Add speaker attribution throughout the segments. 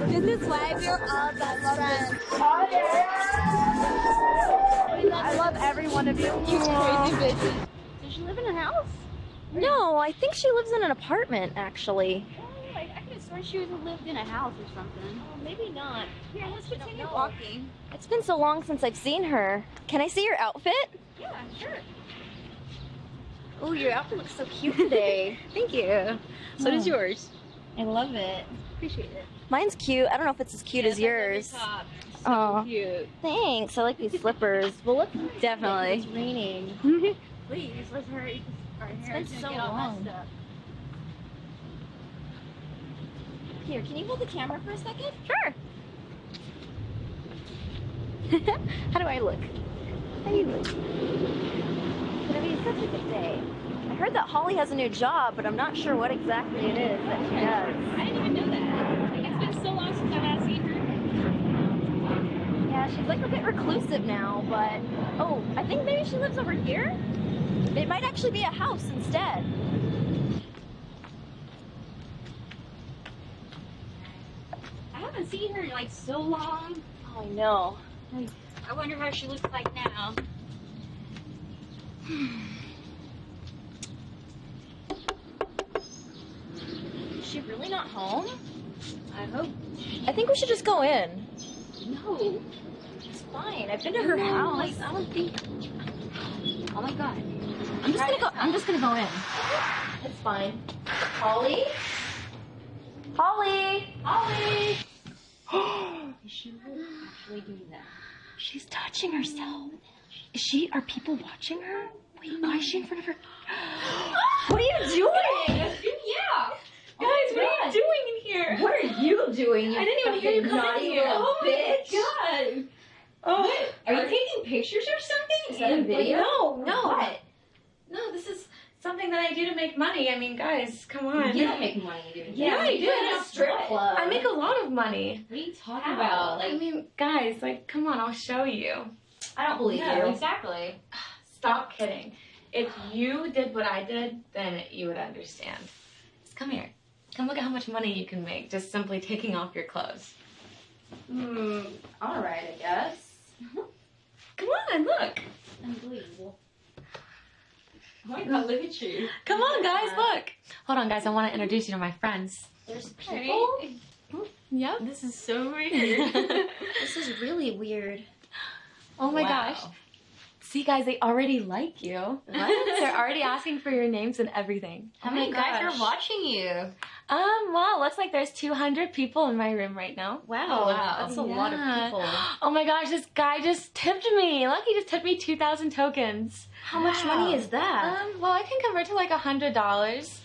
Speaker 1: wave your arms. I love this. I love every one of you. You crazy bitches.
Speaker 2: Does she live in a house?
Speaker 3: No, I think she lives in an apartment, actually.
Speaker 2: Oh, I, I could have sworn she was lived in a house or something.
Speaker 3: Oh,
Speaker 1: Well, maybe not.
Speaker 2: Here, let's
Speaker 1: I don't
Speaker 2: continue
Speaker 1: know.
Speaker 2: walking.
Speaker 3: It's been so long since I've seen her. Can I see your outfit?
Speaker 2: Yeah, sure.
Speaker 3: Oh, your outfit looks so cute today.
Speaker 2: Thank you. So does
Speaker 3: Oh.
Speaker 2: yours.
Speaker 1: I love it.
Speaker 2: Appreciate it.
Speaker 3: Hmm. Mine's cute. I don't know if it's as cute as yours. Oh,
Speaker 2: Cute.
Speaker 3: thanks. I like these slippers. Well, let's
Speaker 1: It's
Speaker 3: definitely.
Speaker 1: raining.
Speaker 2: Please, let's hurry. 'cause Our
Speaker 3: It's
Speaker 2: hair
Speaker 3: been
Speaker 2: is gonna
Speaker 3: so
Speaker 2: get all
Speaker 3: long.
Speaker 2: messed up.
Speaker 3: Here, can you hold the camera for a second? Sure. How do I look? How do you look? It's gonna be such a good day. I heard that Holly has a new job, but I'm not sure what exactly it is that she does.
Speaker 2: I didn't even know that. Like, it's been so long since I've not seen her.
Speaker 3: Yeah, she's like a bit reclusive now, but oh, I think maybe she lives over here. It might actually be a house instead.
Speaker 2: I haven't seen her in like so long.
Speaker 3: Oh, I know.
Speaker 2: I wonder how she looks like now.
Speaker 3: Is she really not home?
Speaker 2: I hope.
Speaker 3: I think we should just go in.
Speaker 2: No.
Speaker 3: It's fine. I've been to her
Speaker 2: No,
Speaker 3: house.
Speaker 2: Like, I don't think. Oh my god.
Speaker 3: I'm just gonna go. I'm just gonna go in. It's fine. Holly. Holly. Holly.
Speaker 2: Is she actually doing that?
Speaker 3: She's touching herself. Is she? Are people watching her? Wait, why is she in front of her? what are you doing?
Speaker 2: Yeah.
Speaker 3: Guys, what are you
Speaker 2: doing in here?
Speaker 3: Oh What are you doing? You
Speaker 2: I didn't even hear you
Speaker 3: fucking
Speaker 2: come in
Speaker 3: naughty
Speaker 2: here.
Speaker 3: little
Speaker 2: Oh my
Speaker 3: bitch.
Speaker 2: God.
Speaker 3: Oh,
Speaker 2: Are you taking pictures or something?
Speaker 3: Is that a
Speaker 2: And-
Speaker 3: video?
Speaker 2: No, no.
Speaker 3: What?
Speaker 2: No, this is something that I do to make money. I mean, guys, come on.
Speaker 3: You don't make money doing
Speaker 2: Yeah,
Speaker 3: that.
Speaker 2: I
Speaker 3: You
Speaker 2: do.
Speaker 3: go to a strip club.
Speaker 2: I make a lot of money.
Speaker 3: What are you talking
Speaker 2: Wow.
Speaker 3: about? Like,
Speaker 2: I mean, guys, like, come on, I'll show you.
Speaker 3: I don't believe you.
Speaker 2: exactly. Stop kidding. If you did what I did, then you would understand. Just come here. Come look at how much money you can make just simply taking off your clothes.
Speaker 3: Hmm. All right, I guess.
Speaker 2: Come on, look.
Speaker 3: Unbelievable.
Speaker 2: Oh my god, look at you.
Speaker 3: Come on, guys,
Speaker 2: look. Hold on, guys. I want to introduce you to my friends.
Speaker 3: There's people.
Speaker 2: Right? Yep. This is so
Speaker 3: This is really weird.
Speaker 2: oh my
Speaker 3: Wow.
Speaker 2: gosh. See, guys, they already like you.
Speaker 3: What?
Speaker 2: They're already asking for your names and everything.
Speaker 3: How many guys are
Speaker 2: watching you? Oh Um, well, looks like there's 200 people in my room right now.
Speaker 3: Wow,
Speaker 2: wow.
Speaker 3: that's a lot
Speaker 2: Yeah.
Speaker 3: of people.
Speaker 2: Oh my gosh, this guy just tipped me. Lucky just tipped me 2,000 tokens.
Speaker 3: How much money is that?
Speaker 2: Um, well, I can convert to like $100.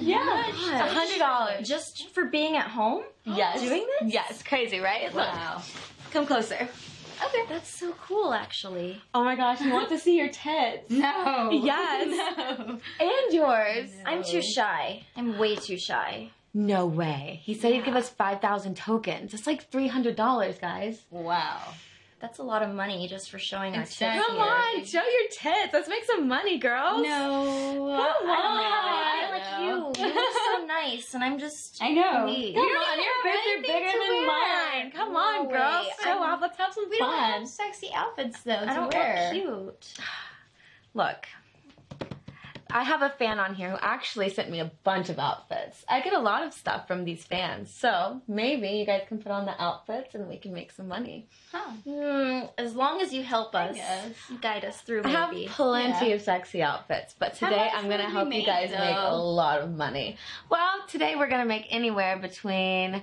Speaker 3: yeah,
Speaker 2: $100.
Speaker 3: Just for being at home?
Speaker 2: Yes.
Speaker 3: Oh, Doing this?
Speaker 2: Yes, crazy, right?
Speaker 3: Wow.
Speaker 2: Look, come closer.
Speaker 3: Okay. That's so cool, actually.
Speaker 2: Oh my gosh, you want to see your tits?
Speaker 1: No.
Speaker 2: Yes. And yours.
Speaker 3: I'm too shy. I'm way too shy.
Speaker 2: No way. He said he'd give us 5,000 tokens. It's like $300, guys.
Speaker 1: Wow.
Speaker 3: That's a lot of money just for showing our tits.
Speaker 1: Exactly.
Speaker 2: Come
Speaker 3: here.
Speaker 2: on, show your tits. Let's make some money, girls.
Speaker 1: No.
Speaker 2: Come on.
Speaker 3: I don't have any. I like you. You look so nice, and I'm just.
Speaker 1: I know.
Speaker 3: Wait.
Speaker 2: Come on, your bits are bigger
Speaker 3: to
Speaker 2: than
Speaker 3: wear.
Speaker 2: mine. Come
Speaker 3: No
Speaker 2: on,
Speaker 3: way.
Speaker 2: girls. Show
Speaker 3: I'm-
Speaker 2: off. Let's have some
Speaker 1: We don't
Speaker 2: fun.
Speaker 1: have sexy outfits though.
Speaker 3: I
Speaker 1: to
Speaker 3: don't
Speaker 1: wear.
Speaker 3: look cute.
Speaker 2: Look, I have a fan on here who actually sent me a bunch of outfits. I get a lot of stuff from these fans, so maybe you guys can put on the outfits and we can make some money.
Speaker 1: Huh.
Speaker 3: Hmm, as long as you help us,
Speaker 1: guess.
Speaker 3: guide us through,
Speaker 2: I have
Speaker 3: maybe.
Speaker 2: plenty of sexy outfits, but
Speaker 1: How
Speaker 2: today
Speaker 1: much
Speaker 2: I'm gonna
Speaker 1: would we
Speaker 2: help you
Speaker 1: make,
Speaker 2: guys make a
Speaker 1: though?
Speaker 2: lot of money. Well, today we're gonna make anywhere between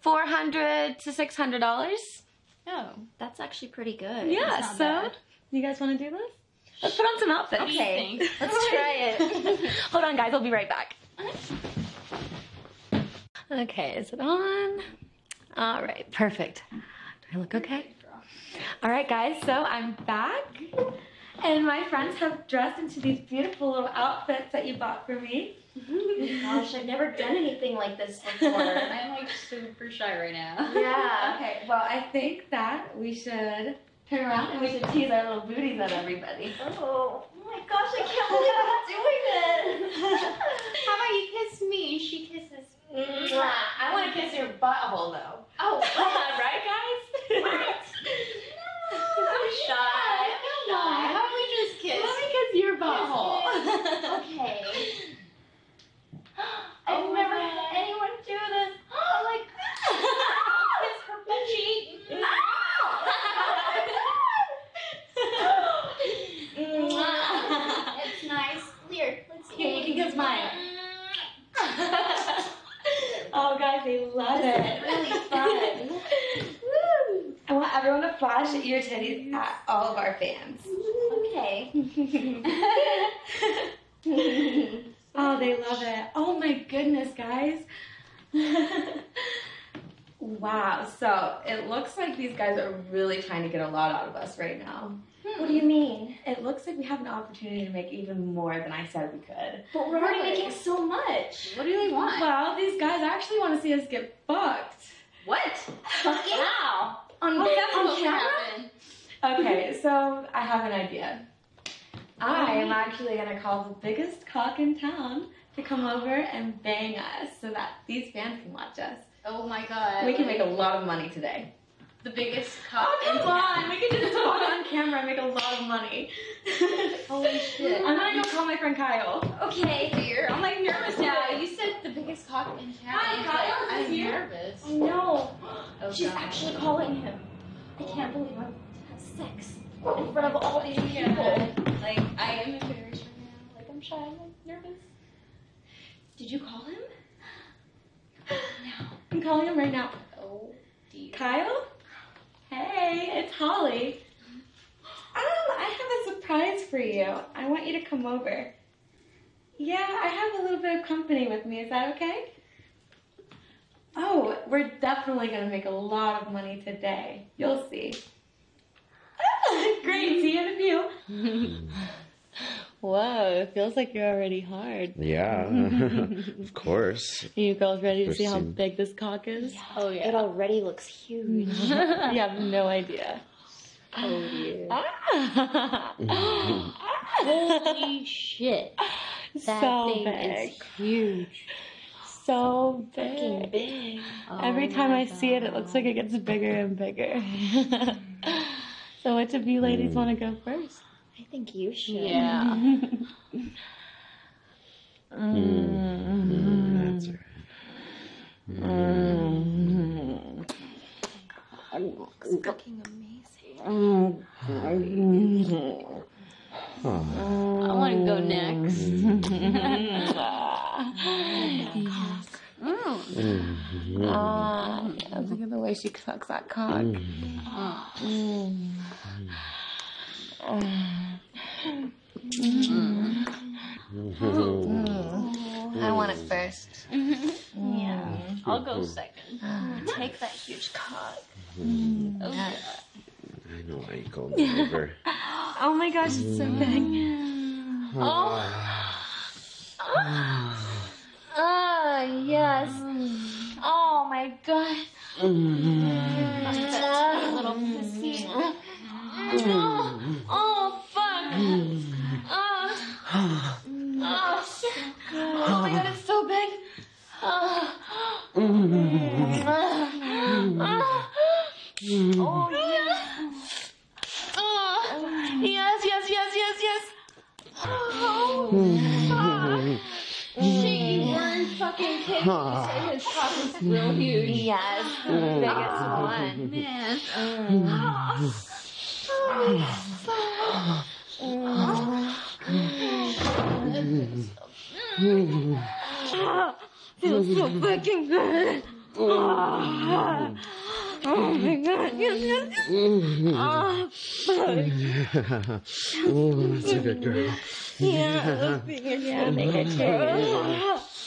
Speaker 2: four hundred to six hundred dollars.
Speaker 1: No.
Speaker 3: That's actually pretty good.
Speaker 2: Yeah,
Speaker 1: not
Speaker 2: so
Speaker 1: bad.
Speaker 2: you guys want to do this? Let's put on some outfits.
Speaker 3: Okay, let's
Speaker 2: Alright.
Speaker 3: try it.
Speaker 2: Hold on, guys. I'll be right back. Okay, is it on? All right, perfect. Do I look okay? All right, guys. So I'm back, and my friends have dressed into these beautiful little outfits that you bought for me.
Speaker 3: Gosh, I've never done anything like this before.
Speaker 1: I'm like super shy right now.
Speaker 3: yeah.
Speaker 2: Okay. Well, I think that we should turn around and we should tease our little booties at everybody.
Speaker 3: Oh, oh my gosh, I can't believe I'm doing this.
Speaker 1: How about you kiss me and she kisses
Speaker 3: Mwah. I want to is your butthole though.
Speaker 2: Oh, right, guys?
Speaker 3: I'm Oh, shy.
Speaker 2: Come on.
Speaker 3: How about we just kiss?
Speaker 2: Let me kiss your butthole.
Speaker 3: okay. I've
Speaker 2: Oh my
Speaker 3: never
Speaker 2: God.
Speaker 3: had anyone do this. like, kiss her butt cheek. it's nice. Weird. Let's
Speaker 2: Here, you
Speaker 3: see.
Speaker 2: can kiss mine. oh, guys, they love it.
Speaker 3: Really fun.
Speaker 2: Woo. I want everyone to flash at your titties at all of our fans.
Speaker 3: Okay.
Speaker 2: Oh, they love it. Oh my goodness, guys. wow. So it looks like these guys are really trying to get a lot out of us right now.
Speaker 3: What do you mean?
Speaker 2: It looks like we have an opportunity to make even more than I said we could.
Speaker 3: But Hmm. we're already making so much. What do they
Speaker 2: Well, these guys actually want to see us get fucked.
Speaker 3: What? Wow. On
Speaker 2: Oh, that's
Speaker 3: on
Speaker 2: what would
Speaker 3: camera?
Speaker 2: happen. Okay,
Speaker 3: Mm-hmm.
Speaker 2: so I have an idea. I am actually gonna call the biggest cock in town to come over and bang us so that these fans can watch us.
Speaker 3: Oh my god.
Speaker 2: We can make a lot of money today.
Speaker 3: the biggest cock.
Speaker 2: Oh,
Speaker 3: in
Speaker 2: come
Speaker 3: town.
Speaker 2: on! We can just talk on camera and make a lot of money.
Speaker 3: Holy shit.
Speaker 2: I'm gonna go call my friend Kyle.
Speaker 3: Okay, dear. I'm like nervous now. You said the biggest cock in town.
Speaker 2: Hi, Kyle, is
Speaker 3: I'm
Speaker 2: this you?
Speaker 3: nervous.
Speaker 4: No,
Speaker 3: Oh,
Speaker 4: she's
Speaker 3: God.
Speaker 4: actually calling him. I can't believe I'm sex in front of all these people.
Speaker 3: Yeah, Like, I am embarrassed right now.
Speaker 4: Like I'm shy, I'm like nervous.
Speaker 2: Did you call him? No. I'm calling him right now.
Speaker 3: Like, oh, dear.
Speaker 2: Kyle? Hey, it's Holly. Um, I have a surprise for you. I want you to come over. Yeah, I have a little bit of company with me. Is that okay? Oh, we're definitely going to make a lot of money today. You'll see. Great, see you in a few.
Speaker 5: Whoa, it feels like you're already hard.
Speaker 6: Yeah, of course.
Speaker 5: You girls ready to see how
Speaker 6: Christine.
Speaker 5: big this cock is?
Speaker 3: Oh, yeah.
Speaker 4: It already looks huge.
Speaker 5: you have no idea.
Speaker 3: Oh, dear.
Speaker 5: Holy
Speaker 4: Shit. That
Speaker 5: so
Speaker 4: thing
Speaker 5: big.
Speaker 4: is huge.
Speaker 5: So
Speaker 4: Fucking
Speaker 5: big.
Speaker 4: big.
Speaker 5: Every
Speaker 4: Oh
Speaker 3: Oh
Speaker 5: time I see it, it looks like it gets bigger and bigger. so, which of you ladies
Speaker 6: Mm.
Speaker 5: want to go first? Mm.
Speaker 4: I think you should.
Speaker 3: Yeah.
Speaker 6: Mm, that's all right.
Speaker 5: Mm.
Speaker 6: Mm.
Speaker 4: It's fucking amazing.
Speaker 6: Oh,
Speaker 3: I want to go next.
Speaker 5: Ah, yeah, look at the way she sucks that cock. I want it first. Mm-hmm.
Speaker 6: Mm.
Speaker 3: I'll
Speaker 6: Mm-hmm.
Speaker 3: go second.
Speaker 5: Ah.
Speaker 4: Take that huge cock.
Speaker 5: Mm-hmm.
Speaker 6: I know I ain't going over.
Speaker 5: Oh my gosh, it's so big. Oh, yes. Oh my Ah. god.
Speaker 4: Oh.
Speaker 3: Little pussy.
Speaker 5: Oh, fuck. Oh. Oh, shit. Oh my god, it's so big. Oh, oh. Oh, yeah. Oh, yes, yes, yes, yes, yes.
Speaker 3: Shane, we're fucking kidding. You said his cock is real huge.
Speaker 4: Yes.
Speaker 5: Mm.
Speaker 4: Biggest one.
Speaker 3: Man.
Speaker 4: Feels so fucking good. Ah. Oh my god. Yes, yes, yes. Ah, fuck.
Speaker 6: oh, that's a good girl.
Speaker 4: Yeah, those fingers yeah, make it too.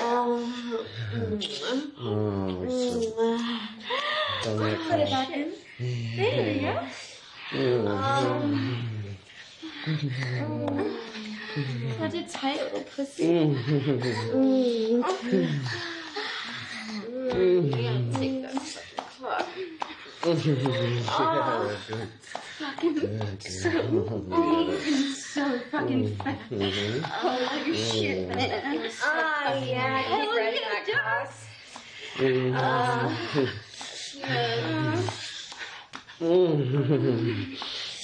Speaker 6: Oh, it's so
Speaker 7: on that call.
Speaker 6: in.
Speaker 7: There
Speaker 6: Such a tight little pussy. So fucking shit.
Speaker 3: Oh, yeah. I
Speaker 6: Hell
Speaker 3: keep reading
Speaker 6: yeah,
Speaker 3: that
Speaker 6: dog.
Speaker 3: class.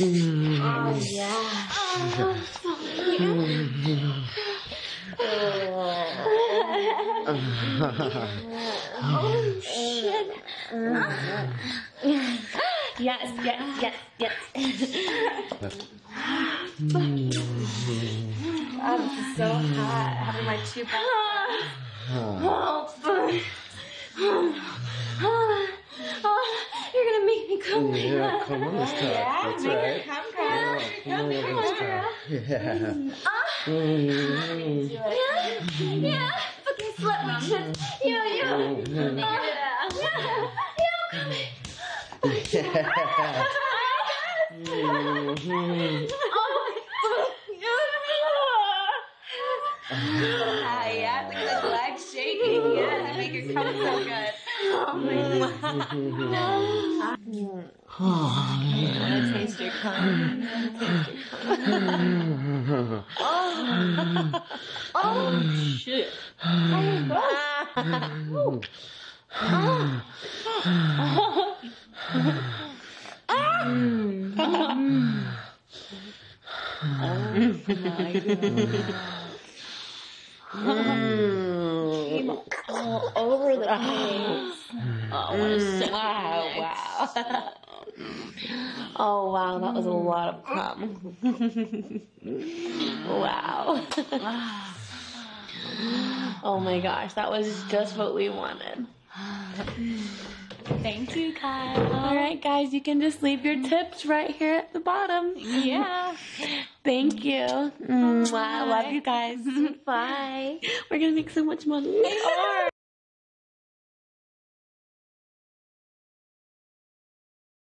Speaker 3: Oh, yeah.
Speaker 2: Yes, yes, yes, yes.
Speaker 3: I'm so hot having my two
Speaker 6: Oh, fuck. Oh, oh, you're gonna make me come.
Speaker 7: Yeah, come on this time. That's right.
Speaker 3: Come, girl.
Speaker 7: Come on this time.
Speaker 6: Yeah, yeah, fucking slut witches. Yeah, yeah. Yeah, yeah, come here.
Speaker 7: Yeah.
Speaker 6: Oh, fuck.
Speaker 3: Ah, yeah. Look at the leg shaking. Yeah. Make it come so good. Oh, my God.
Speaker 2: Oh Wow, wow. Oh, wow, that was a lot of cum. wow. Oh my gosh, that was just what we wanted.
Speaker 3: Thank you, Kyle.
Speaker 2: All right, guys, you can just leave your tips right here at the bottom.
Speaker 3: Yeah.
Speaker 2: Thank you. Mm, Mwah. Love you guys. Bye. We're going to make so much money. We are.